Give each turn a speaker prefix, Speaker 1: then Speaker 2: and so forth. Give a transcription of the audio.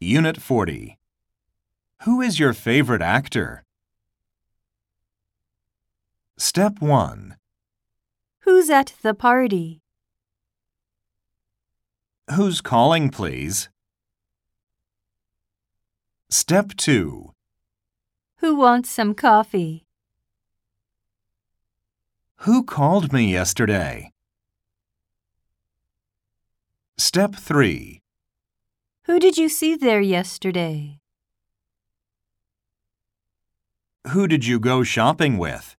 Speaker 1: Unit 40. Who is your favorite actor? Step 1.
Speaker 2: Who's at the party?
Speaker 1: Who's calling, please? Step 2.
Speaker 2: Who wants some coffee?
Speaker 1: Who called me yesterday? Step 3.
Speaker 2: Who did you see there yesterday?
Speaker 1: Who did you go shopping with?